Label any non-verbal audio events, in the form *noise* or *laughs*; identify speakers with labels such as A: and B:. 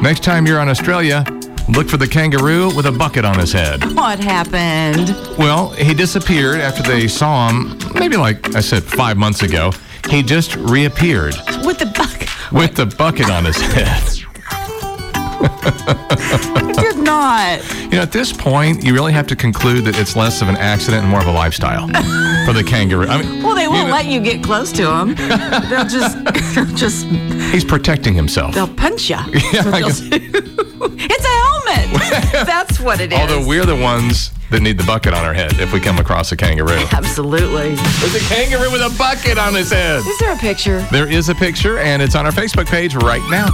A: Next time you're on Australia, look for the kangaroo with a bucket on his head.
B: What happened?
A: Well, he disappeared after they saw him, maybe like I said, five months ago. He just reappeared
B: With the buck?
A: with the bucket on his *laughs* head.
B: I did not.
A: You know, at this point, you really have to conclude that it's less of an accident and more of a lifestyle for the kangaroo. I mean,
B: Well, they won't
A: know-
B: let you get close to them. they'll just, they'll just,
A: he's protecting himself.
B: they'll punch you.
A: *laughs* Yeah, I guess-
B: It's a
A: *laughs*
B: helmet. That's what it is.
A: Although we're the ones that need the bucket on our head if we come across a kangaroo.
B: Absolutely.
A: There's a kangaroo with a bucket on his head.
B: Is there a picture?
A: There is a picture, and it's on our Facebook page right now.